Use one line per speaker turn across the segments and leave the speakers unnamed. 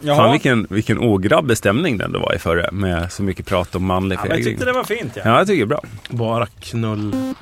Jaha.
Fan vilken, vilken ågrabbig stämning det ändå var i förra med så mycket prat om manlig
Ja, men jag
förnedring.
tyckte det var fint. Ja.
Ja, jag tycker det är bra.
Bara knull.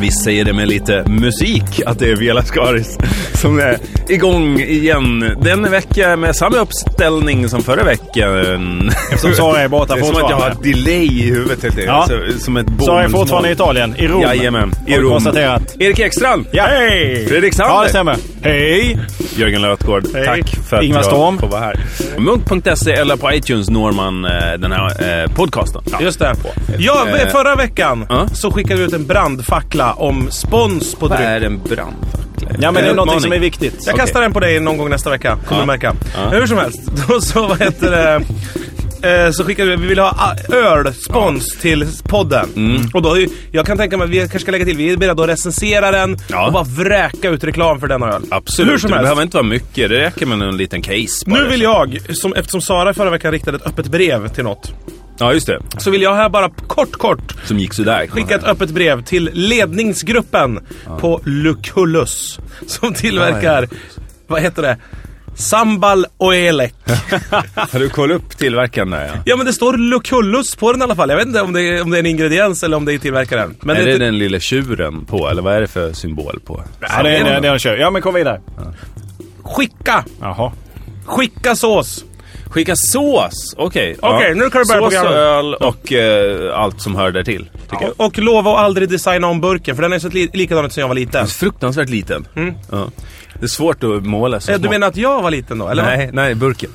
Vi säger det med lite musik, att det är Viola Skaris som är igång igen. Den vecka med samma uppställning som förra veckan.
Eftersom Sara är borta
Det är som att jag har
fortfarande.
delay i huvudet helt
Ja.
enkelt. Så- Som ett bomb.
Sara är fortfarande i Italien, i Rom.
Jajamän, i
Har vi
Rom.
konstaterat.
Erik Ekstrand!
Ja, hej!
Fredrik Sander.
Ja, det stämmer. Hej!
Jörgen Lötgård,
Hej.
tack för att
Ingvar Storm.
jag får vara här. Munk.se E, eller på iTunes når man eh, den här eh, podcasten. Ja.
Just det. Ja,
Eh.
förra veckan
Ja.
så skickade vi ut en brandfackla om spons på
Vad
dryck.
är en brandfackla?
Ja, men det är någonting som är
Utmaning.
viktigt.
Jag
Okej.
kastar den på dig någon gång nästa vecka. Kommer
Ja.
du märka.
Ja.
Hur som helst. Då så, vad heter det? eh, Så skickade vi, vi ville ha a- öl, spons till podden.
Mm.
Och då, har ju- jag kan tänka mig att vi kanske ska lägga till, vi är beredda att recensera den
Ja.
och bara vräka ut reklam för denna öl.
Absolut,
Hur som
det
helst.
behöver inte vara mycket. Det räcker med en liten case. bara.
Nu vill jag, som, eftersom Sara förra veckan riktade ett öppet brev till något.
Ja, just det.
Så vill jag här bara kort, kort
Som gick sådär.
skicka ett öppet brev till ledningsgruppen på Lucullus. Som tillverkar, vad heter det? Sambal och elek.
Har du kollat upp tillverkaren där? Ja.
Ja men det står Lucullus på den i alla fall. Jag vet inte om det är, om det är en ingrediens eller om det är tillverkaren. Men
är
det,
det den lilla tjuren på, eller vad är det för symbol på?
Ja, det är det, är det han kör. Ja, men kom vidare.
typ Skicka!
Jaha.
Skicka sås!
Skicka sås! Okej.
Okej, nu kan du börja
sås,
programmet.
öl och eh, allt som hör där till. Tycker jag.
Och, och lova att aldrig designa om burken för den är så li- likadan ut som jag var liten.
Alltså, Fruktansvärt liten. Ja. Det är svårt att måla så
Eh, Mm. Du
små-
menar att jag var liten då? Eller?
Nej, nej, burken.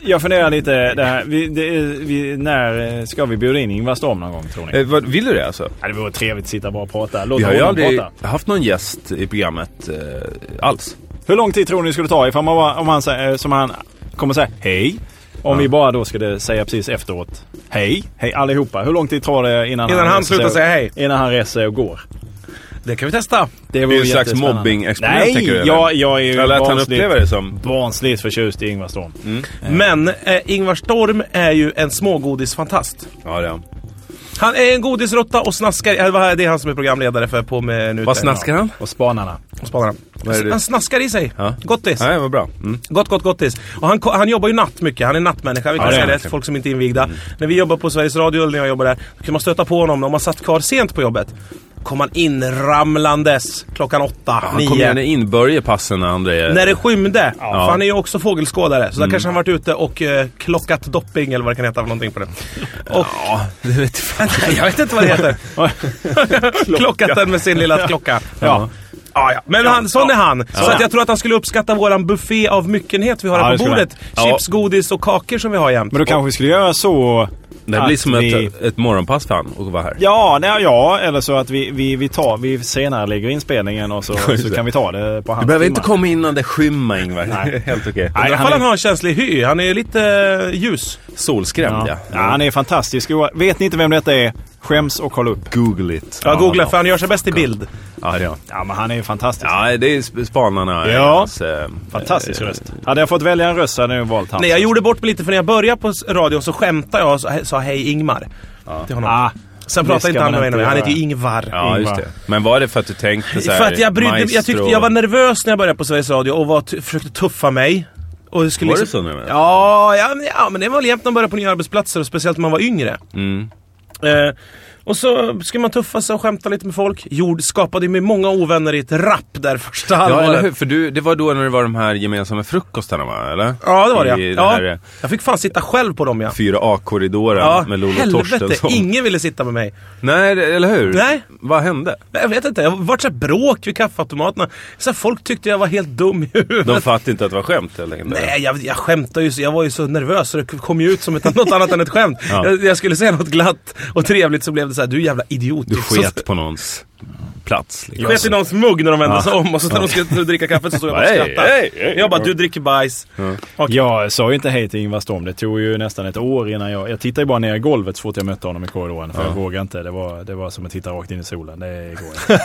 Jag funderar lite. Det här. Vi, det, är- vi, när eh, ska vi bjuda in Ingvar Storm någon gång, tror ni?
Eh, vad, vill du det alltså?
Ja, det vore trevligt att sitta bara och prata. Låt
Vi har
honom
ju aldrig
prata.
haft någon gäst i programmet eh, alls.
Hur lång tid tror ni det skulle ta ifall man var, om han, sä- eh, som han kommer säga hej? Om vi bara då skulle säga precis efteråt. Hej! Hej allihopa. Hur lång tid tar det innan,
Innan han
reser sig
slutar
och-
säga hej.
Innan han reser sig och går.
Det kan vi testa.
Det,
Det är ju en slags
jättespännande.
mobbing-experiment,
Nej,
tänker du, eller?
jag, jag är ju
Eller att han
barnsligt-
upplever det som. Mm.
Barnsligt förtjust i Ingvar Storm.
Men eh, Ingvar Storm är ju en smågodisfantast.
Ja, det är han.
Han är en godisrotta och snaskar. eh, vad är Det är han som är programledare för På minuten.
Vad snaskar han?
Och spanarna.
Ja, spanarna.
Vad är det?
Han snaskar i sig.
Ja.
Gottis.
Nej, vad bra. Mm.
Gott, gott, gottis. Och han, ko- han jobbar ju natt mycket. Han är nattmänniska. Vi kan
Ja, det är
säga
han
det till
verkligen.
folk som inte är invigda. När vi jobbar på Sveriges Radio, eller när jag jobbar där, då kunde man stöta på honom. Om man satt kvar sent på jobbet kom han inramlandes klockan åtta,
Han kommer
nio.
gärna in, börjar passen när andra är...
När det skymde.
Ja.
För han är ju också fågelskådare. Så där kanske han varit ute och eh, klockat dopping eller vad det kan heta för någonting på det. Och,
Ja, det vet fan.
Jag vet inte vad det heter. Klockat den med sin lilla klocka.
Ja.
Ja, ja. Men han, sån är han. Så att jag tror att han skulle uppskatta våran buffé av myckenhet vi har
Ja,
här
det
på
skulle
bordet.
han. Ja.
Chips, godis och kakor som vi har jämt.
Men då kanske vi skulle göra så...
Det blir
att
som
vi-
ett, ett morgonpass för han att vara här.
Ja, nej, ja, eller så att vi, vi, vi tar... Vi senare lägger inspelningen och så,
just
så
det.
kan vi ta det på hans
Du behöver
timmar.
inte komma innan det skymmer Ingvar.
Nej.
Helt okej.
Nej,
I alla
han
fall han
är,
har en känslig hy. Han är lite eh, ljus.
Solskrämd
ja. Ja, han är fantastisk. Och Vet ni inte vem detta är? Skäms och kolla upp.
Google it.
Jag googlar för han gör sig bäst i bild.
Ja, det är han.
Ja, men han är ju fantastisk.
Ja, det är sp- spanarna.
Ja.
Hans, eh,
Fantastisk
eh,
röst. Hade jag fått välja en röst hade jag valt han.
Nej, jag gjorde bort mig lite för när jag började på s- radion så skämtade jag och sa- sa hej Ingmar. Till honom.
Ah,
Sen
det
pratade
ska
inte han
man
med mig.
inte
nu. Han
göra.
heter ju Ingvar.
Ja, just det. Men var det för att du tänkte så här,
För att jag brydde
maestro-
jag, tyckte, jag var nervös när jag började på Sveriges Radio och var, t- försökte tuffa mig. Och det skulle
Var det
liksom,
så nu, menar du?
Ja, ja, men- ja, men det var väl jämt när man började på nya arbetsplatser, och speciellt när man var yngre.
Mm.
Eh, och så skulle man tuffa sig och skämta lite med folk. Jord skapade mig många ovänner i ett rapp där första
Ja, eller
halvåret.
hur? För du, det var då när det var de här gemensamma frukostarna, va? Eller?
Ja, det var det, ja.
I den
ja.
här eh,
Jag fick fan sitta själv på dem ja.
4A-korridoren
Ja,
med Lollo
helvete.
Torstensson.
Ingen ville sitta med mig.
Nej, det- eller hur?
Nej.
Vad hände?
Men Jag vet inte, jag har varit så här bråk vid kaffeautomaterna. Så här, folk tyckte jag var helt dum i huvudet.
De fattade inte att det var skämt helt enkelt.
Nej, jag, jag skämtar ju. så- Jag var ju så nervös så det kom ju ut som ett, något annat än ett skämt.
Ja.
Jag, jag skulle säga något glatt och trevligt så blev det så här, du jävla idiot.
Du
Så-
sket på någons plats. Liksom.
Sket i någons mugg när de vände sig om och så när de skulle dricka kaffet så stod jag bara och
Hej,
skrattade.
hej, hej.
Jag bara, du dricker bajs.
Jag sa ju inte hej till Ingvar Storm. Det tog ju nästan ett år innan jag... Jag tittade ju bara ner i golvet så fort jag mötte honom i korridoren. För jag vågade inte. Det var, det var som att titta rakt in i solen. Det går inte.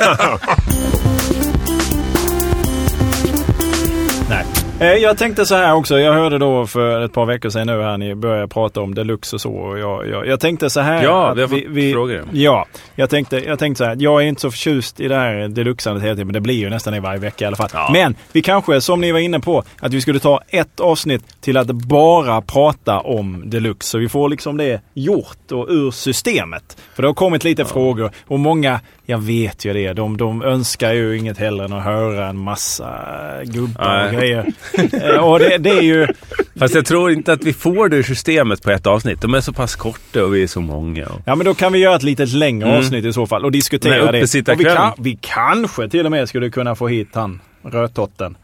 Eh, Jag tänkte så här också. Jag hörde då för ett par veckor sedan nu här ni började prata om deluxe och så. Och jag, jag, jag tänkte så här.
Ja,
att
vi har fått frågor.
Ja, jag tänkte, jag tänkte så här. Jag är inte så förtjust i det här deluxeandet hela tiden. Men det blir ju nästan det varje vecka i alla fall. Men vi kanske, som ni var inne på, att vi skulle ta ett avsnitt till att bara prata om deluxe. Så vi får liksom det gjort och ur systemet. För det har kommit lite frågor och många, jag vet ju det, de, de önskar ju inget hellre än att höra en massa gubbar och
Nej.
grejer. Eh, och det, det är ju...
Fast jag tror inte att vi får det ur systemet på ett avsnitt. De är så pass korta och vi är så många. Och...
Ja men då kan vi göra ett lite längre avsnitt i så fall och
Nej,
diskutera
uppe
det.
sitta
Och vi,
kväll.
kan, vi kanske till och med skulle kunna få hit han, rödtotten.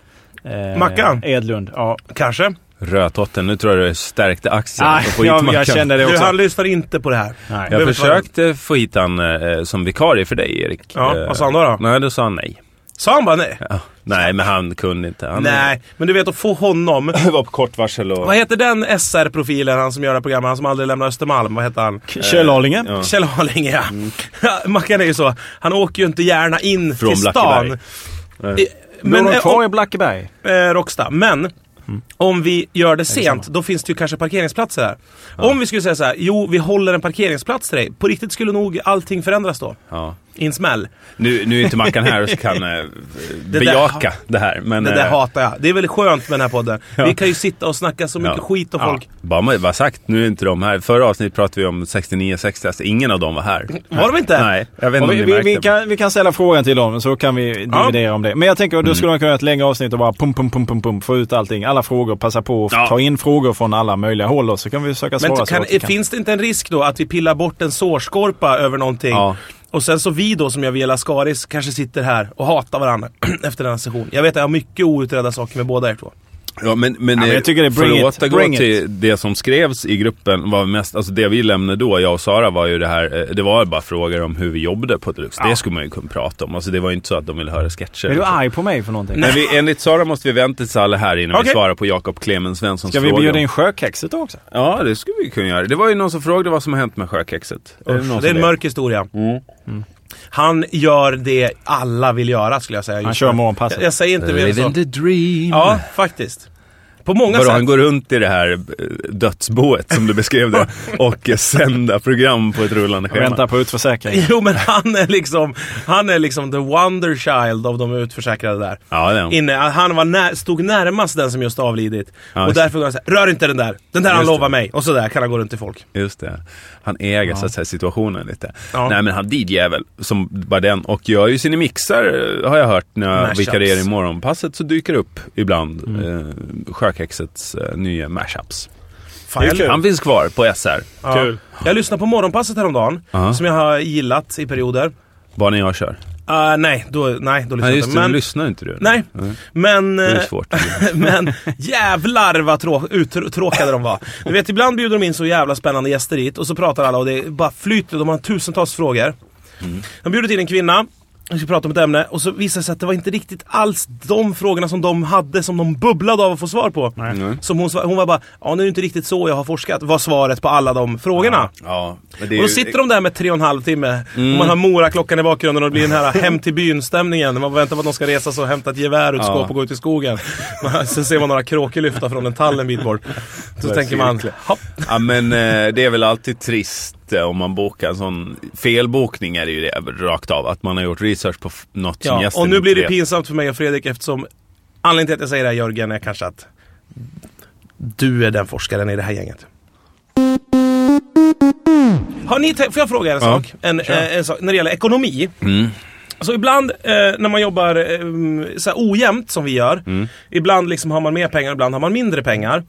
Eh,
Mackan?
Edlund. Ja.
Kanske.
Rötotten, nu tror jag du stärkte axeln.
Ah,
för att få hit
jag,
Mackan.
jag kände det
Du,
också.
han lyssnar inte på det här.
Nej.
Jag
Behöver inte vara-
försökte få hit han eh, som vikarie för dig, Erik.
Ja,
Eh,
vad sa han då då?
Nej, då sa han nej.
Sa han bara nej?
Ja. Nej, men han kunde inte. Han eh,
Nej, men du vet att få honom.
var på kort varsel och...
Vad heter den SR-profilen, han som gör det här programmet, han som aldrig lämnar Östermalm? Vad heter han?
Kjell Arlinge.
ja. Mm.
Kjell Arlinge, ja. Mackan är ju så. Han åker ju inte gärna in
Från
till
Blackeberg.
stan. I-
Men
eh,
de kvar i Blackeberg?
eh, Rocksta. Men
Mm.
om vi gör det sent, då finns det ju kanske parkeringsplatser där. Om vi skulle säga så här, jo vi håller en parkeringsplats till dig. På riktigt skulle nog allting förändras då.
Ja.
I en smäll.
Nu, nu är inte Mackan här och så kan eh,
där-
bejaka det här. Men,
Det där
eh,
hatar jag. Det är väldigt skönt med den här podden. Vi kan ju sitta och snacka så mycket
Ja.
skit om
Ja.
folk.
Bara med- bara sagt, nu är inte de här. Förra avsnittet pratade vi om 69-60, alltså ingen av dem var här.
Var de inte?
Nej, jag vet inte
Och Vi,
om ni
vi,
märkte.
vi, kan, vi kan ställa frågan till dem så kan vi dividera om det. Men jag tänker då skulle man kunna göra ett längre avsnitt och bara pum, pum, pum, pum, pum, få ut allting. Alla frågor, passa på och
Ja.
ta in frågor från alla möjliga håll och så kan vi försöka svara
Men
så
kan,
gott vi kan.
finns det inte en risk då att vi pillar bort en sårskorpa över någonting?
Ja.
Och sen så vi då som gör Via Lascaris kanske sitter här och hatar varandra efter den här sessionen. Jag vet att jag har mycket outredda saker med båda er två.
Ja, men, men,
men jag
eh,
tycker det är bring
för att
it,
återgå
bring it.
till det som skrevs i gruppen var mest, alltså det vi lämnade då, jag och Sara var ju det här, eh, det var bara frågor om hur vi jobbade på Deluxe. Det skulle man ju kunna prata om. Alltså det var ju inte så att de ville höra sketcher.
Är du arg på mig för någonting?
Men vi, enligt Sara måste vi vänta tills alla här innan vi
Okej.
svarar på Jakob Clemens Svenssons
Ska vi
fråga.
bjuda in sjökexet då också?
Ja, det skulle vi kunna göra. Det var ju någon som frågade vad som har hänt med sjökexet. Är någon
Usch, det är
som
en mörk historia.
Mm.
Han gör det alla vill göra skulle jag säga.
Han
just
kör
nu.
morgonpasset.
jag, jag säger inte mer än så.
alltså.
Living the dream.
Ja, faktiskt. På många
Vadå,
sätt.
han går runt i det här eh, dödsboet som du beskrev det och eh, sända program på ett rullande
Jag
schema.
väntar på utförsäkring.
Jo men han är liksom, han är liksom the wonder child av de utförsäkrade där.
Ja, det är han.
Inne, han var nä- stod närmast den som just avlidit.
Ja,
och
just
därför går han såhär, rör inte den där! Den där han
Just det.
lovar mig! Och sådär kan han gå runt till folk.
Just det. Han äger så att säga situationen lite.
Ja.
Nej men han DJ-jävel, som bara den. Och gör ju sina mixar, eh, har jag hört, när jag
Mashups. Mm.
vikarierar i morgonpasset så dyker det upp ibland eh, Sjökexets eh, nya mashups.
Fan, jag,
Han finns kvar på SR.
ja. jag lyssnade på Morgonpasset häromdagen,
Ja.
som jag har gillat i perioder.
Bara när jag kör.
Ah, nej, då, nej, då lyssnar
Nej
jag
just
inte.
det,
Men,
men... lyssnar inte du?
nej, men...
Det är
eh,
svårt.
men jävlar vad trå- uttråkade de var. Du vet, ibland bjuder de in så jävla spännande gäster hit och så pratar alla och det bara flyter. De har tusentals frågor. De bjuder in en kvinna, vi ska prata om ett ämne och så visar det sig att det var inte riktigt alls de frågorna som de hade som de bubblade av att få svar på.
Nej.
Som hon, svar- hon var bara, ja nu är det inte riktigt så jag har forskat, var svaret på alla de frågorna.
Ja, men det är
Och då
ju-
sitter de där med tre och en halv timme
Mm.
och man har Mora-klockan i bakgrunden och det blir den här hem till byn-stämningen. Man väntar på att de ska resa sig och hämta ett gevär ur ett
Ja.
skåp och gå ut i skogen. Man, sen ser man några kråkor lyfta från en tall en bit bort. Så tänker man, hopp.
Ja men eh, det är väl alltid trist eh, om man bokar en sån... Felbokning är det ju det, rakt av. Att man har gjort research på f- något som
Ja.
gästen
Och nu blir det
vet.
pinsamt för mig och Fredrik eftersom anledningen till att jag säger det här Jörgen är kanske att du är den forskaren i det här gänget. Har ni, tänkt- får jag fråga er en
Ja,
sak? En, eh, en sak? När det gäller ekonomi. Så ibland eh, när man jobbar eh, så här ojämnt som vi gör. Ibland liksom har man mer pengar, ibland har man mindre pengar.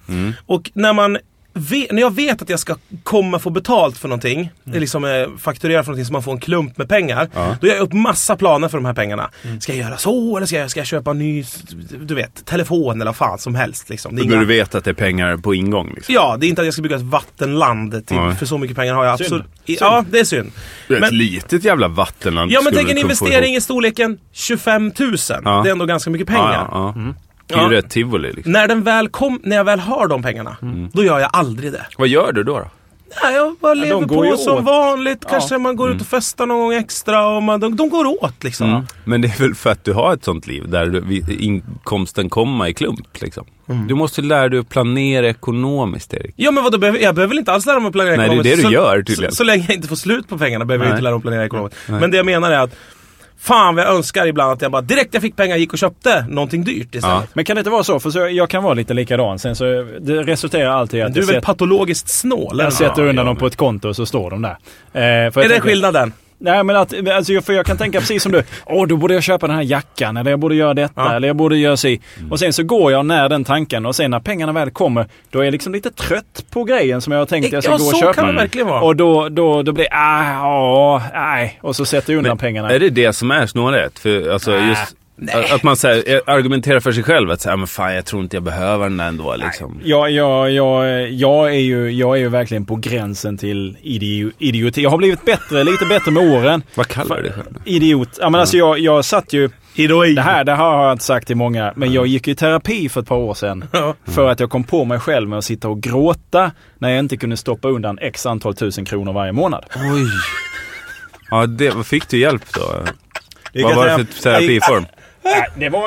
Och när man ve- när jag vet att jag ska komma få betalt för någonting, mm. liksom eh, fakturera för någonting så man får en klump med pengar. Då gör jag upp massa planer för de här pengarna. Ska jag göra så eller ska jag, ska jag köpa en ny, s- du vet, telefon eller vad fan som helst. Liksom. Det är
Då
inga-
du vet att det är pengar på ingång liksom.
Ja, det är inte att jag ska bygga ett vattenland. Till,
Nej.
för så mycket pengar har jag
Synd.
absolut Ja, det är synd.
Det är ett
Men,
litet jävla vattenland.
ja, men
skulle
tänk en
du kunna få
investering
ihop.
i storleken 25 000.
Ja.
Det är ändå ganska mycket pengar. Mm.
Ja, ja, ja. Det är ju
Ja.
rätt tivoli liksom. Mm.
När, den väl kom, när jag väl har de pengarna, då gör jag aldrig det.
Vad gör du då? då?
Nej, jag bara lever
går ju
på som
åt.
vanligt. Kanske man går ut och
Mm.
festar någon gång extra. Och man, de, de går åt liksom.
Men det är väl för att du har ett sånt liv där du, vi- inkomsten kommer i klump. Liksom.
Mm.
Du måste lära dig att planera ekonomiskt, Erik.
Ja men vadå, behöver- jag behöver väl inte alls lära mig att planera
Nej, det är
ekonomiskt.
det du
så,
gör, tydligen.
Så, så länge jag inte får slut på pengarna behöver
Nej.
jag inte lära mig att planera ekonomiskt. Men det jag menar är att Fan vad jag önskar ibland att jag bara direkt jag fick pengar gick och köpte någonting dyrt istället.
Men kan det inte vara så? För så, jag kan vara lite likadan. Sen så det resulterar alltid i
Men
att
Du är
jag,
väl
sätter-
patologiskt snål? eller?
jag sätter
Ja,
undan
ja,
dem på ett konto och så står de där. Eh, för jag
Är det
tänker-
skillnaden?
Nej, men att, alltså, jag- för jag kan tänka precis som du. Åh, då borde jag köpa den här jackan eller jag borde göra detta
Ja. Mm.
eller jag borde göra si. Och sen så går jag när den tanken och sen när pengarna väl kommer då är jag liksom lite trött på grejen som jag har tänkt att jag ska
Ja,
gå och
så
köpa.
kan det verkligen vara.
Och då, då, då blir det ah, ja, nej. Och så sätter jag undan pengarna.
Är det det som är snårigt? För, alltså, just, Att man så här, eh, argumenterar för sig själv. Att så här, men fan, jag tror inte jag behöver den där ändå. Liksom.
Jag, jag, jag, jag, är ju, jag är ju verkligen på gränsen till idi- idioti. Jag har blivit bättre, lite bättre med åren.
Vad kallar du dig själv?
Idiot. Ja, men Alltså jag, jag satt ju...
Heroin.
Det här, det här har jag inte sagt till många, men jag gick ju i terapi för ett par år sedan.
Ja.
För att jag kom på mig själv med att sitta och gråta när jag inte kunde stoppa undan x antal tusen kronor varje månad.
Oj. Ja, det, vad fick du hjälp då?
Det
Vad var det för terapiform?
Eh,
Det var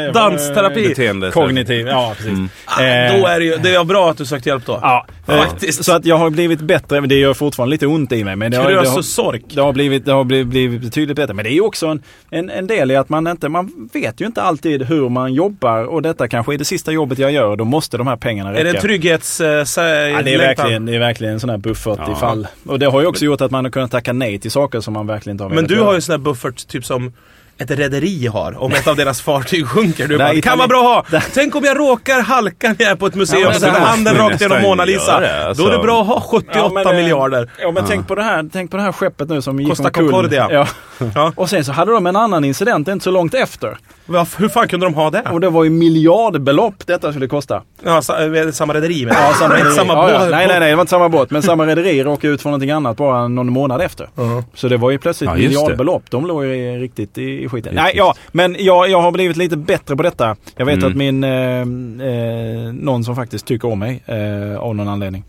eh,
Dansterapi.
Beteende?
Kognitiv, ja precis.
Ah,
Eh,
Då är det ju, det är bra att du sökte hjälp då.
Ja,
Faktiskt.
faktiskt. Så att jag har blivit bättre, men det gör fortfarande lite ont i mig. Men det har, det
Krösus
har,
sork.
det har, blivit, det har blivit, blivit betydligt bättre. Men det är ju också en, en, en del i att man inte, man vet ju inte alltid hur man jobbar och detta kanske är det sista jobbet jag gör. Då måste de här pengarna räcka.
Är det en trygghets... eh, sä-
Ja, det, är
längtan?
verkligen, det är verkligen en sån här buffert
Ja.
ifall. Och det har ju också gjort att man har kunnat tacka nej till saker som man verkligen inte har
Men
velat
du
göra.
har ju sån här buffert typ som ett rederi har. Om ett av deras fartyg sjunker. Du
Där
bara, det kan
Italien-
vara bra att ha. Tänk om jag råkar halka när jag är på ett museum
Ja,
och
men det
sätter
här
handen
måste vi
rakt genom
nästan
Mona Lisa.
göra, alltså.
Då är det bra att ha 78
eh,
miljarder.
Ja men tänk på det här, tänk på det här skeppet nu som gick
Costa
omkull.
Concordia.
Ja.
Ja.
Och sen så hade de en annan incident inte så långt efter.
Varf- Hur fan kunde de ha det?
Och det var ju miljardbelopp detta skulle kosta.
Ja, sa- eh, samma rederi men.
Ja, samma rederi.
samma
ja, ja.
båt.
Nej, nej, nej, det var inte samma båt. Men samma rederi råkade ut för någonting annat bara någon månad efter. Så det var ju plötsligt
Ja, just det.
miljardbelopp. De låg ju riktigt i, i skiten. Nej, ja, men jag, jag har blivit lite bättre på detta. Jag vet
Mm.
att min... Eh, eh, någon som faktiskt tycker om mig eh, av någon anledning.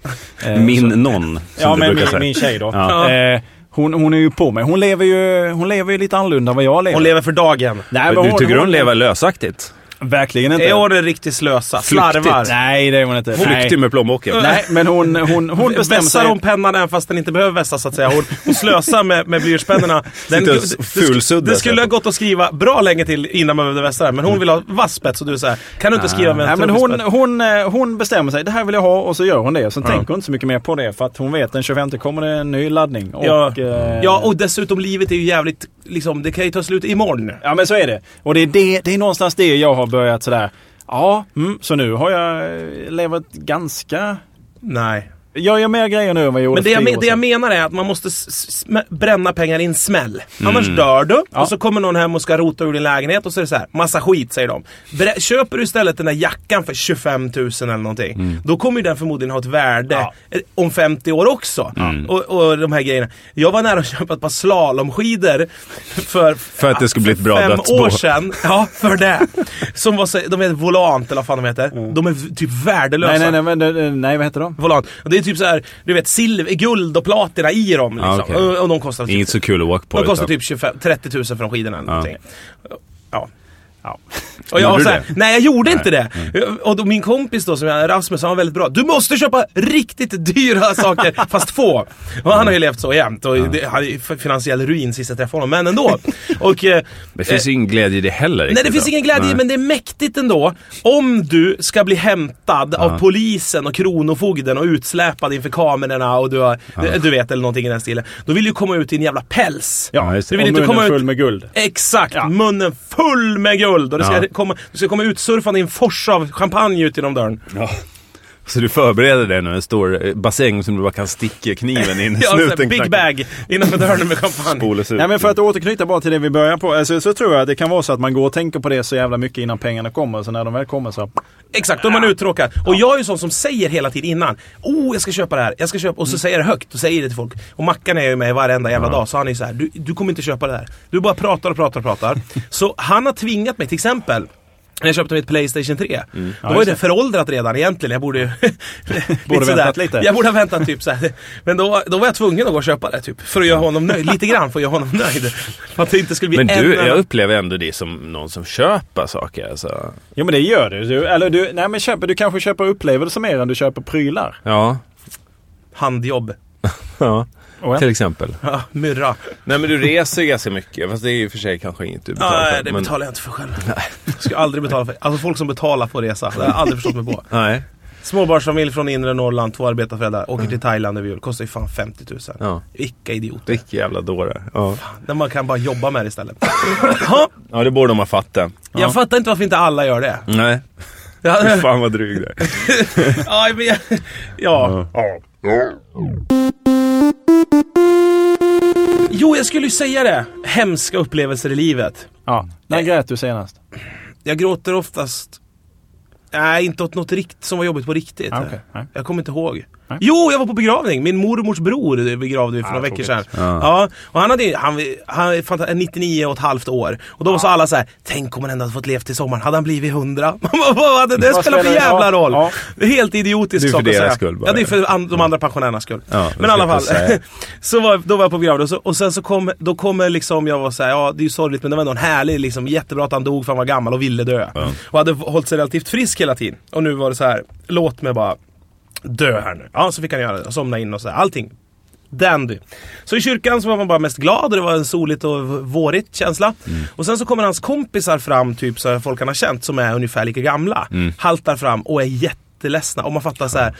Eh,
Min
så-
någon, som
Ja,
du
men
brukar
min,
säga.
min tjej då.
Ja.
Eh, hon, hon är ju på mig. Hon lever ju, hon lever ju lite annorlunda än vad jag lever.
Hon lever för dagen.
Nej,
Men
men
du tycker hon lever lösaktigt?
Verkligen inte.
Är hon en riktig slösa? Slarvar?
Nej, det är hon inte. Nej.
Flyktig med plånboken?
Nej, men hon, hon, hon bestämmer
Vässar
sig.
hon pennan även fast den inte behöver vässas så att säga. Hon, hon slösar med, med blyertspennorna. Den-
Sitter och
det- det-
fulsuddar,
Det skulle ha gått att skriva bra länge till innan man behövde vässa den. Men hon vill ha vass spets och du säger kan du inte skriva med en
Nej, men
trubbig
hon,
spets?
hon, eh, hon bestämmer sig, det här vill jag ha och så gör hon det. Sen tänker hon inte så mycket mer på det för att hon vet den 25 kommer det en ny laddning. Och,
Ja.
eh,
Ja, och dessutom livet är ju jävligt, liksom, det kan ju ta slut imorgon.
ja, men så är det. Och det är, det, det är någonstans det jag har börjat sådär. Ja, mm, så nu har jag eh, levat ganska...
Nej.
Jag gör mer grejer nu än vad jag gjorde
Men det jag,
för tio
men-
år
det jag
sedan.
menar är att man måste s- s- smä- bränna pengar i en smäll. Annars dör du
Mm. Ja.
och så kommer någon hem och ska rota ur din lägenhet och så är det så här, massa skit säger de. Brä- köper du istället den där jackan för 25 000 eller någonting, då kommer ju den förmodligen ha ett värde
Mm. Ja.
eh, om 50 år också. Och, och de här grejerna. Jag var nära att köpa ett par slalomskidor för,
För att det skulle bli ett bra
fem
dödsbo.
år sedan. Ja, för det. Som var så, de heter volant eller vad fan de heter. De är v- typ värdelösa.
Mm. Nej, nej, nej, men, det- det- nej, vad heter de?
volant. Och det är typ så här, du vet silver, guld och platina i dem. Liksom.
Ah, okej.
och, och de kostar typ,
Inget så kul att åka på.
de kostar
utan-
typ 25, 30 000 för de skidorna eller
Ja.
någonting. Ja.
Ja.
Och
Gjorde
jag var
du
så här,
det? Mm.
nej jag gjorde inte det. Och då, min kompis då, som jag, Rasmus, han var väldigt bra. Du måste köpa riktigt dyra saker, fast få. Och han har ju levt så jämt
Ah.
och det, han är ju f- finansiell ruin sist jag träffade honom, men ändå. Och, eh,
Det finns ju ingen glädje i det heller.
Nej
riktigt,
det finns
då.
ingen glädje i,
Nej.
men det är mäktigt ändå. Om du ska bli hämtad av polisen och kronofogden och utsläpad inför kamerorna och du, har, du vet eller någonting i den stilen. Då vill du komma ut i en jävla päls.
Ja, just det.
Du
Och
vill inte
munnen
komma
full
ut...
med guld.
Exakt! Munnen full med guld! Och det ska
Ja.
komma, du ska komma ut surfande i en fors av champagne ut genom dörren.
Så du förbereder dig nu, en stor eh, bassäng som du bara kan sticka kniven in i
Ja, så här,
snuten.
big
knacka-
bag innanför dörren med champagne.
Spolas ut.
Nej men för att återknyta bara till det vi började på. Alltså, så tror jag att det kan vara så att man går och tänker på det så jävla mycket innan pengarna kommer. Så när de väl kommer så...
Exakt, då är man uttråkad. Och jag är ju sån som säger hela tiden innan. Oh, jag ska köpa det här. Jag ska köpa. Och så säger jag det högt och säger det till folk. Och Mackan är ju med varenda jävla dag, så han är ju så här. Du, du kommer inte köpa det här. Du bara pratar och pratar och pratar. så han har tvingat mig, till exempel. när jag köpte mitt Playstation 3. Då
Ja,
var ju
just
det föråldrat redan egentligen. Jag borde ju... borde
väntat lite.
Jag borde ha väntat typ såhär. Men då, då var jag tvungen att gå och köpa det typ. För att göra honom nöjd. Lite grann för att göra honom nöjd. För att det inte skulle bli
Men du,
ännu-
jag upplever ändå dig som någon som köper saker. Alltså.
Jo men det gör du. du eller du, nej men köper, du kanske köper upplevelser mer än du köper prylar.
Ja.
Handjobb.
ja,
Och
till exempel.
Ja, myrra.
Nej men du reser ganska mycket, fast det är ju i och för sig kanske inget du betalar
Nej,
för.
det
men-
betalar jag inte för själv. Jag ska aldrig betala för. Alltså folk som betalar på resa. Det har jag aldrig förstått mig på.
Nej.
Småbarnsfamilj från inre Norrland, två arbetarföräldrar, åker till Thailand över jul. Kostar ju fan 50 000.
Mm. Ja.
Vilka idioter.
Vilken jävla dåre. Ja.
När man kan bara jobba med det istället. ja,
ja, det borde de ha fattat.
jag fattar inte varför inte alla gör det.
Nej,
Ja,
fan vad dryg du är.
ja, men jag, ja. Jo, jag skulle ju säga det. Hemska upplevelser i livet.
Ja. När grät du senast?
Jag gråter oftast... Nej, inte åt något rikt som var jobbigt på riktigt.
Ah, okej. Nej.
Jag kommer inte ihåg.
Nej. Ah,
Jo, jag var på begravning. Min mormors bror begravde vi för några veckor sedan.
tråkigt.
Ja. och han hade ju- han, han är fanta- 99 och ett halvt år. Och
Ah.
då var så alla så här, tänk om han ändå hade fått leva till sommaren. Hade han blivit 100? Man bara, Vad hade det
Vad
spelat för
spelar det-
jävla
ja,
roll?
ja.
Helt idiotisk
Det är för
sak att
deras
säga.
skull bara.
Ja, det är för an, de andra pensionärernas skull.
Ja, det
Men i alla
ska jag
fall.
säga.
så var, då var jag på begravning och, så, och sen så kom, då kommer liksom, jag var så här, ja det är ju sorgligt men det var ändå en härlig liksom, jättebra att han dog för han var gammal och ville dö. Och hade hållit sig relativt frisk hela tiden. Och nu var det så här, låt mig bara dö här nu. Ja, så fick han göra det och somna in och så här, allting. Dandy. Så i kyrkan så var man bara mest glad och det var en soligt och v- vårigt känsla. Och sen så kommer hans kompisar fram, typ så här, folk han har känt, som är ungefär lika gamla. Haltar fram och är jätteledsna. Och man fattar så här,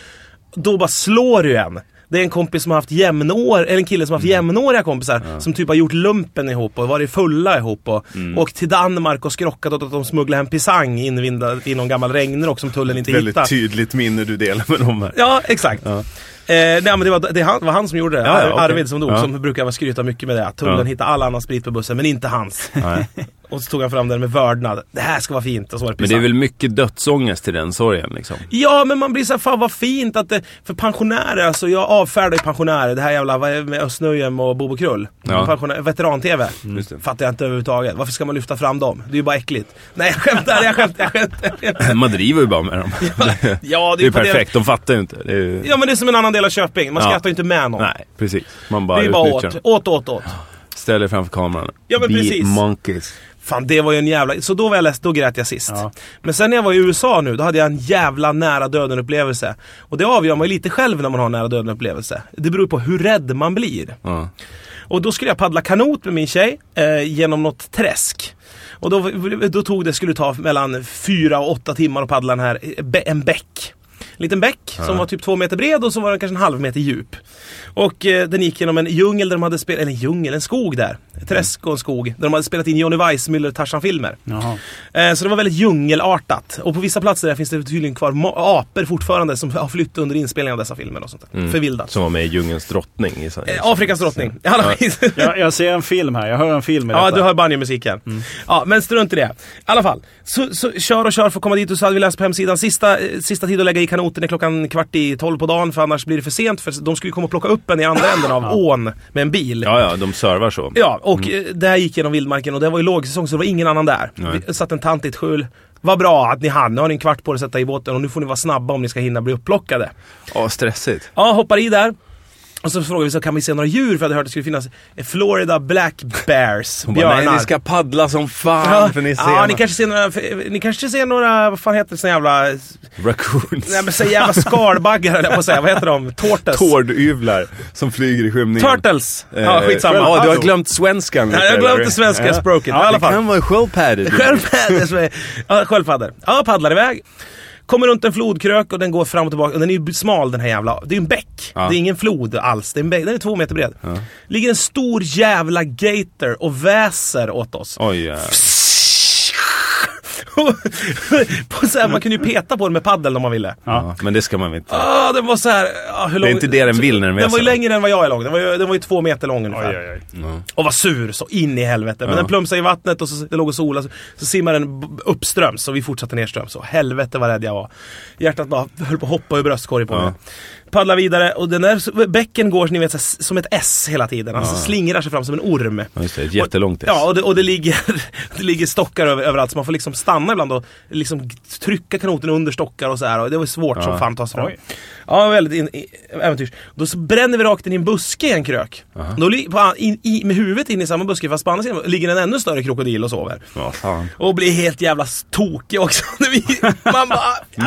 då bara slår du en. Det är en kompis som har haft jämnår, eller en kille som har haft jämnåriga kompisar som typ har gjort lumpen ihop och varit fulla ihop och åkt till Danmark och skrockat åt att de smugglar hem pisang invindad i någon gammal regnrock som tullen inte hittar.
Väldigt tydligt minne du delar med dem här.
Ja, exakt. Eh, nej, men det var, det han- var han som gjorde det.
Ja, ja, okej.
Arvid som dog,
Ja.
som brukar vara skryta mycket med det. Att tullen
Ja.
hittade all annan sprit på bussen, men inte hans.
Nej.
Och så tog han fram den med vördnad. Det här ska vara fint. Och så var det
Men det är
pisang.
väl mycket dödsångest i den sorgen liksom?
Ja, men man blir såhär, fan vad fint att det... För pensionärer, alltså jag avfärdar ju pensionärer. Det här jävla vad är det med Östnöjem och Bobo Krull.
Ja. Mm.
Pensionär- Veteran-TV.
Just det.
Fattar jag inte överhuvudtaget. Varför ska man lyfta fram dem? Det är ju bara äckligt. Nej, jag skämtar, jag skämtar, jag skämtar. Jag skämtar.
Man driver ju bara med dem.
Ja,
Det är ju
på
perfekt, de fattar ju inte. Det är ju...
Ja, men det är som en annan del av Köping. Man
Ja.
skrattar ju inte med någon.
Nej, precis. Man
Det
bara
är ju bara
utnyttjar
åt,
dem.
åt, åt, åt.
Ställer framför kameran.
Ja, men
Be
precis.
monkeys.
Fan, det var ju en jävla... Så då var jag läst, då grät jag sist.
Ja.
Men sen när jag var i USA nu, då hade jag en jävla nära döden-upplevelse. Och det avgör man ju lite själv när man har en nära döden-upplevelse. Det beror ju på hur rädd man blir.
Ja.
Och då skulle jag paddla kanot med min tjej eh, genom något träsk. Och då, då tog det, skulle ta mellan fyra och åtta timmar att paddla den här, eh, bä- en bäck. En liten bäck som var typ två meter bred och så var den kanske en halv meter djup. Och eh, den gick genom en djungel där de hade spelat, eller en djungel, en skog där. Ett träsk och en skog. Där de hade spelat in Johnny Weissmuller och Tarzan-filmer.
Jaha.
Eh, så det var väldigt djungelartat. Och på vissa platser där finns det tydligen kvar ma- apor fortfarande som har flytt under inspelningen av dessa filmer och sånt där. Förvildat.
Som var med i Djungelns drottning. i så-
Eh, Afrikas drottning. I alla fall.
Jag, jag ser en film här. Jag hör en film i detta.
Ja, du hör banjomusiken.
Mm.
Ja, men strunt i det. I alla fall, så, så kör och kör för att komma dit och så hade vi läst på hemsidan. Sista, eh, sista tid att lägga i kanoten är klockan kvart i tolv på dagen för annars blir det för sent för de skulle ju komma och plocka upp en i andra änden av ån med en bil.
Ja, ja, de servar så.
Ja, och mm. där gick genom vildmarken och det var ju lågsäsong så det var ingen annan där.
Nej.
Vi satt en tant i ett skjul. Vad bra att ni hann. Nu har ni en kvart på er att sätta i båten och nu får ni vara snabba om ni ska hinna bli upplockade.
Ja, stressigt.
Ja, hoppar i där. Och så frågar vi så kan vi se några djur för jag hade hört att det skulle finnas Florida Black Bears.
Hon bara, nej
björnar."
ni ska paddla som
Ja,
fan för ni ser.
ja, ni kanske ser några, ni kanske ser några, vad fan heter det, såna jävla,
Raccoons.
nej men så jävla skalbaggar eller på att säga, vad heter de? Tortes?
Tårdyvlar som flyger i skymningen.
Turtles! Ja, skitsamma.
Eh, Ja, du har glömt svenskan.
Ja, jag glömde svenska språket. I alla fall.
Det kan vara sköldpaddor.
Sköldpaddor som är... Ja, sköldpaddor. Ja, paddlar iväg. Kommer runt en flodkrök och den går fram och tillbaka. Och Den är ju smal den här jävla... Det är ju en bäck.
Ja.
Det är ingen flod alls. Det är en bäck. Den är två meter bred. Ligger en stor jävla gator och väser åt oss.
Oj, ja.
på så här, man kunde ju peta på den med paddeln om man ville.
ja. Men det ska man väl inte.
Ah, den var så här, ah, hur lång...
Det är inte det den vill när den
Den var ju
väser.
längre än vad jag är lång. Den var ju, den var ju två meter lång ungefär.
Oj, oj, oj.
Och var sur så in i helvete. Men den plumsade i vattnet och så det låg och solade. Så- Så simmade den b- uppströms och vi fortsatte nerströms. Och helvete vad rädd jag var. Hjärtat bara höll på att hoppa ur bröstkorgen på
Ja.
mig. paddlar vidare och den där s- bäcken går ni vet, så här, som ett S hela tiden. Alltså slingrar sig fram som en orm.
Ja, just det, ett jättelångt S.
Ja, och det, och det, ligger, det ligger stockar över, överallt så man får liksom stanna ibland och liksom trycka kanoten under stockar och så här. Och det var svårt som fan att ta sig fram.
Oj.
Ja, väldigt in, i, äventyrs. Då så bränner vi rakt in i en buske i en krök. Då, li- på, in, i, med huvudet in i samma buske fast på andra sidan ligger en ännu större krokodil och sover.
Ja, fan.
Och blir helt jävla tokig också. När vi, man bara,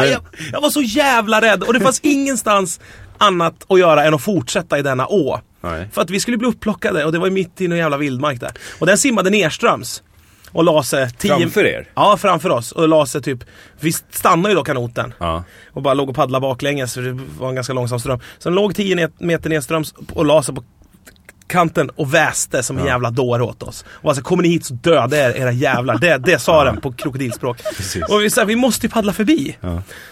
"Aj, jag, jag var så jävla rädd och det fanns ingenstans annat att göra än att fortsätta i denna å.
Nej.
För att vi skulle bli upplockade och det var ju mitt i någon jävla vildmark där. Och den simmade nerströms. Och la sig tio...
Framför er?
Ja, framför oss. Och la sig typ... Vi stannade ju då kanoten.
Ja.
Och bara låg och paddlade baklänges för det var en ganska långsam ström. Så den låg 10 net- meter nedströms och la sig på kanten och väste som en jävla dåre åt oss. Och alltså kommer ni hit så döda er era jävlar. Det, det sa den på krokodilspråk. Och vi sa vi måste ju paddla förbi.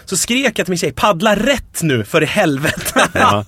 Så skrek jag till min tjej, paddla rätt nu för i helvete.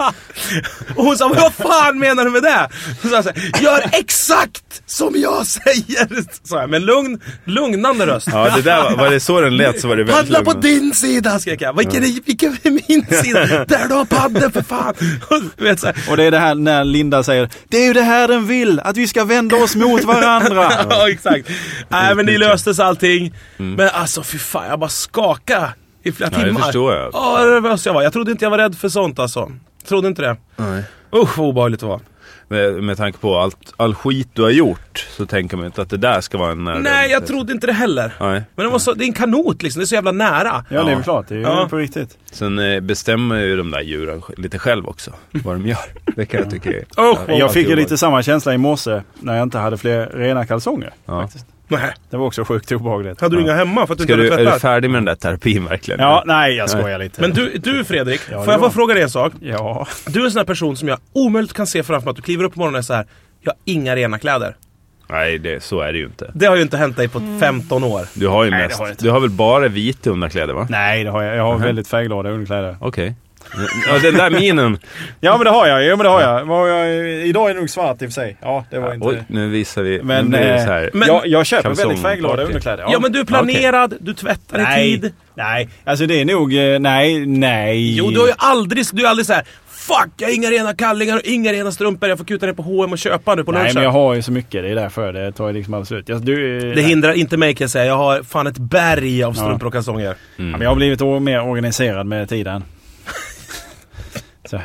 och hon sa, "Men vad fan menar du med det? Så sa jag så här, gör exakt som jag säger. Så här, med lugn, lugnande röst.
Ja, det där var, var det så den lät så var det väldigt
Paddla på
lugnt.
din sida skrek jag. Vilken, är- vilken är min sida? Där du har paddeln för fan. Och, du vet, så här.
Och det är det här när Linda säger Det är ju det här den vill, att vi ska vända oss mot varandra.
ja, exakt. Nej, men det löstes allting. Men alltså fy fan, jag bara skaka i flera
Mm. Ja, det
timmar.
förstår jag.
Ja, det var nervös jag var. Jag trodde inte jag var rädd för sånt alltså. Trodde inte det.
Nej.
Usch vad obehagligt det var.
Med, med tanke på allt, all skit du har gjort så tänker man inte att det där ska vara en nära
Nej, jag trodde inte det heller.
Nej.
Men det, var så, det är en kanot liksom, det är så jävla nära.
Ja, det är väl klart. Det är ju
Ja.
på riktigt.
Sen eh, bestämmer ju de där djuren sj- lite själv också vad de gör. Det kan jag tycka är...
Usch.
Oh, Jag fick ju lite samma känsla i morse när jag inte hade fler rena kalsonger.
Ja.
Faktiskt.
Nej.
Det var också sjukt obehagligt.
Hade du inga hemma för att du
Ska
inte
du,
hade
är du
tvättat?
färdig med den där terapin verkligen?
Ja, nej jag skojar lite.
Men du, du Fredrik,
Ja, det
får jag
var.
bara fråga dig en sak?
Ja,
Du är en sån här person som jag omöjligt kan se framför mig att du kliver upp på morgonen och är så här. Jag har inga rena kläder.
Nej, det, så är det ju inte.
Det har ju inte hänt dig på
Mm.
15 år.
Du har ju
Nej, det
mest...
har jag inte.
du har väl bara vita underkläder va?
nej det har jag. Jag har väldigt färgglada underkläder.
Okej. Ja, den där minen.
Ja men det har jag. Ja, men det har jag. Vad har jag. Idag är det nog svart i och för sig. Ja, det var inte...
Oj, nu visar vi.
Men,
nu blir det
eh,
så här.
Men-
jag, jag köper
Kalsong-
väldigt färgglada
party.
underkläder.
Ja, men du är planerad, du tvättar i
nej,
tid.
nej, alltså det är nog... eh, Nej, nej.
Jo, du har ju aldrig, du är aldrig så här. Fuck, jag har inga rena kallingar och inga rena strumpor. Jag får kuta ner på H&M och köpa nu på
Nej,
lunchen.
men jag har ju så mycket. Det är därför. Det tar ju liksom aldrig slut. Jag, du,
Det hindrar inte mig kan jag säga. Jag har fan ett berg av strumpor och kalsonger.
Mm.
Ja, men jag har blivit o- mer organiserad med tiden. så.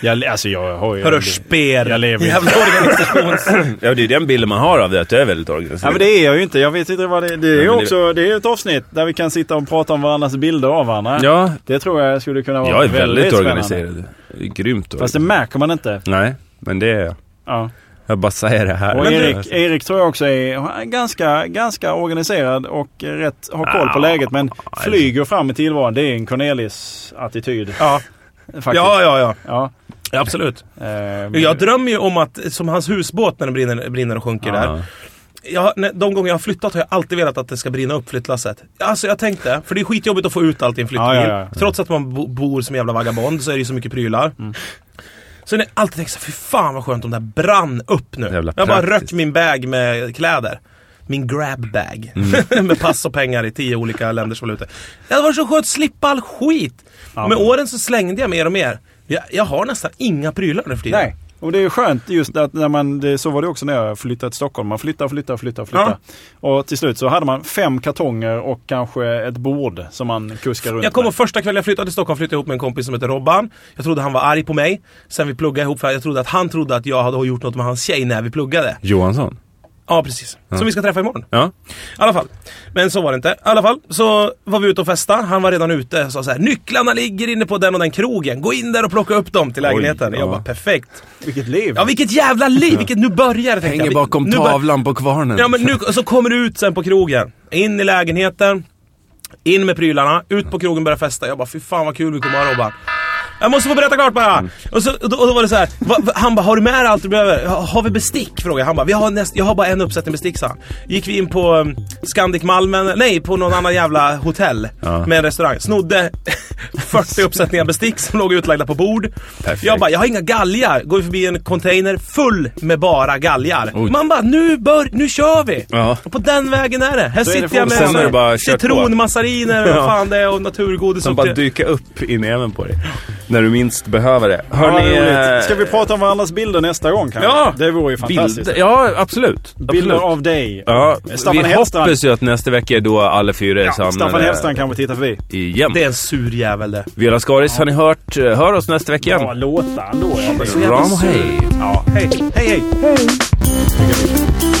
Jag, alltså jag har ju...
Hörru, sper.
Jag lever
Jävla organisations...
Ja, det är ju den bilden man har av det, att du är väldigt
Ja
organiserad.
men det är jag ju inte. Jag vet inte vad det är. Det är ju
Ja, men det-
också det är ett avsnitt där vi kan sitta och prata om varandras bilder av varandra.
Ja,
Det tror jag skulle kunna vara
jag är väldigt,
spännande.
organiserad. Grymt
Fast det
organiserad.
märker man inte.
Nej, men det är jag.
Ja.
Jag bara säger det här.
Och
Men du-
Erik, Erik tror jag också är ganska, ganska organiserad och rätt, har koll på
Ja,
läget men
alltså.
flyger fram i tillvaron. Det är en Cornelis-attityd
ja.
faktiskt.
ja, ja, ja.
Ja.
Absolut.
Eh,
Jag drömmer ju om att, som hans husbåt när den brinner, brinner och sjunker där.
Ja.
jag, när- de gånger jag har flyttat har jag alltid velat att det ska brinna upp flyttlasset. Alltså jag tänkte, för det är skitjobbigt att få ut allt i en flyttbil.
Ja, ja, ja. Mm.
Trots att man bo, bor som jävla vagabond så är det ju så mycket prylar. Så när jag alltid tänkt så här, fy fan vad skönt om det här brann upp nu.
Jävla
jag bara
praktiskt.
rök min bag med kläder. Min grab bag.
Mm.
med pass och pengar i tio olika länders valutor. Det var så skönt att slippa all skit.
Ja,
med
men-
åren så slängde jag mer och mer. Jag, jag har nästan inga prylar nu för tiden.
Nej, och det är ju skönt just att när man, det, så var det också när jag flyttade till Stockholm. Man flyttar, flyttar, flyttar, flyttar. Och till slut så hade man fem kartonger och kanske ett bord som man kuskar runt
Jag kommer
med.
ihåg första kvällen jag flyttade till Stockholm flyttade jag ihop med en kompis som heter Robban. Jag trodde han var arg på mig. Sen vi pluggade ihop för jag trodde att han trodde att jag hade gjort något med hans tjej när vi pluggade.
Johansson?
Ja, precis. Som vi ska träffa imorgon.
Ja.
I alla fall. Men så var det inte. I alla fall så var vi ute och festa. Han var redan ute och sa så här: Nycklarna ligger inne på den och den krogen. Gå in där och plocka upp dem till
Oj,
lägenheten.
ja.
Jag bara perfekt.
Vilket liv!
Ja, vilket jävla liv! Vilket, nu börjar det tänkte jag.
Hänger
Vi-
bakom
nu bör-
tavlan på kvarnen.
Ja men nu, så kommer du ut sen på krogen. In i lägenheten. In med prylarna. Ut på krogen börjar festa. Jag bara fy fan vad kul vi kommer ha Robban. Jag måste få berätta klart bara!
Mm.
Och, så, och, då, och då var det så här. Va, va, han bara, har du med dig allt du behöver? "Ja, Har vi bestick? Frågade jag. Han bara, vi har näst, jag har bara en uppsättning bestick sa han. Gick vi in på um, Scandic Malmen, nej på någon annan jävla hotell
Ja.
med en restaurang. Snodde 40 uppsättningar bestick som låg utlagda på bord.
Perfekt.
Jag bara, jag har inga galgar. Går förbi en container full med bara galgar.
Oj.
Man bara, nu, bör, nu kör vi!
Ja.
Och på den vägen är det. Här
är det
sitter jag
folk- sen
är det bara
med
kört på.
citronmassariner och vad fan det är och naturgodis.
Som
och
bara
det-
dyka upp i näven på dig. när du minst behöver det.
Ja,
Hörrni,
roligt.
eh,
Ska vi prata om varandras bilder nästa gång kanske?
Ja.
Det vore ju fantastiskt.
bilder? Ja, absolut.
Bilder
absolut.
av dig.
Ja, vi
Staffan Hellstrand.
hoppas ju att nästa vecka är då alla fyra är
Staffan
samlade
Hellstrand kanske tittar förbi.
igen.
Det är en sur jävel det.
Viola Skaris, har ni hört? eh, Hör oss nästa vecka
Ja,
igen.
låtar ändå.
Ram och hej.
Ja, hej, hej, hej.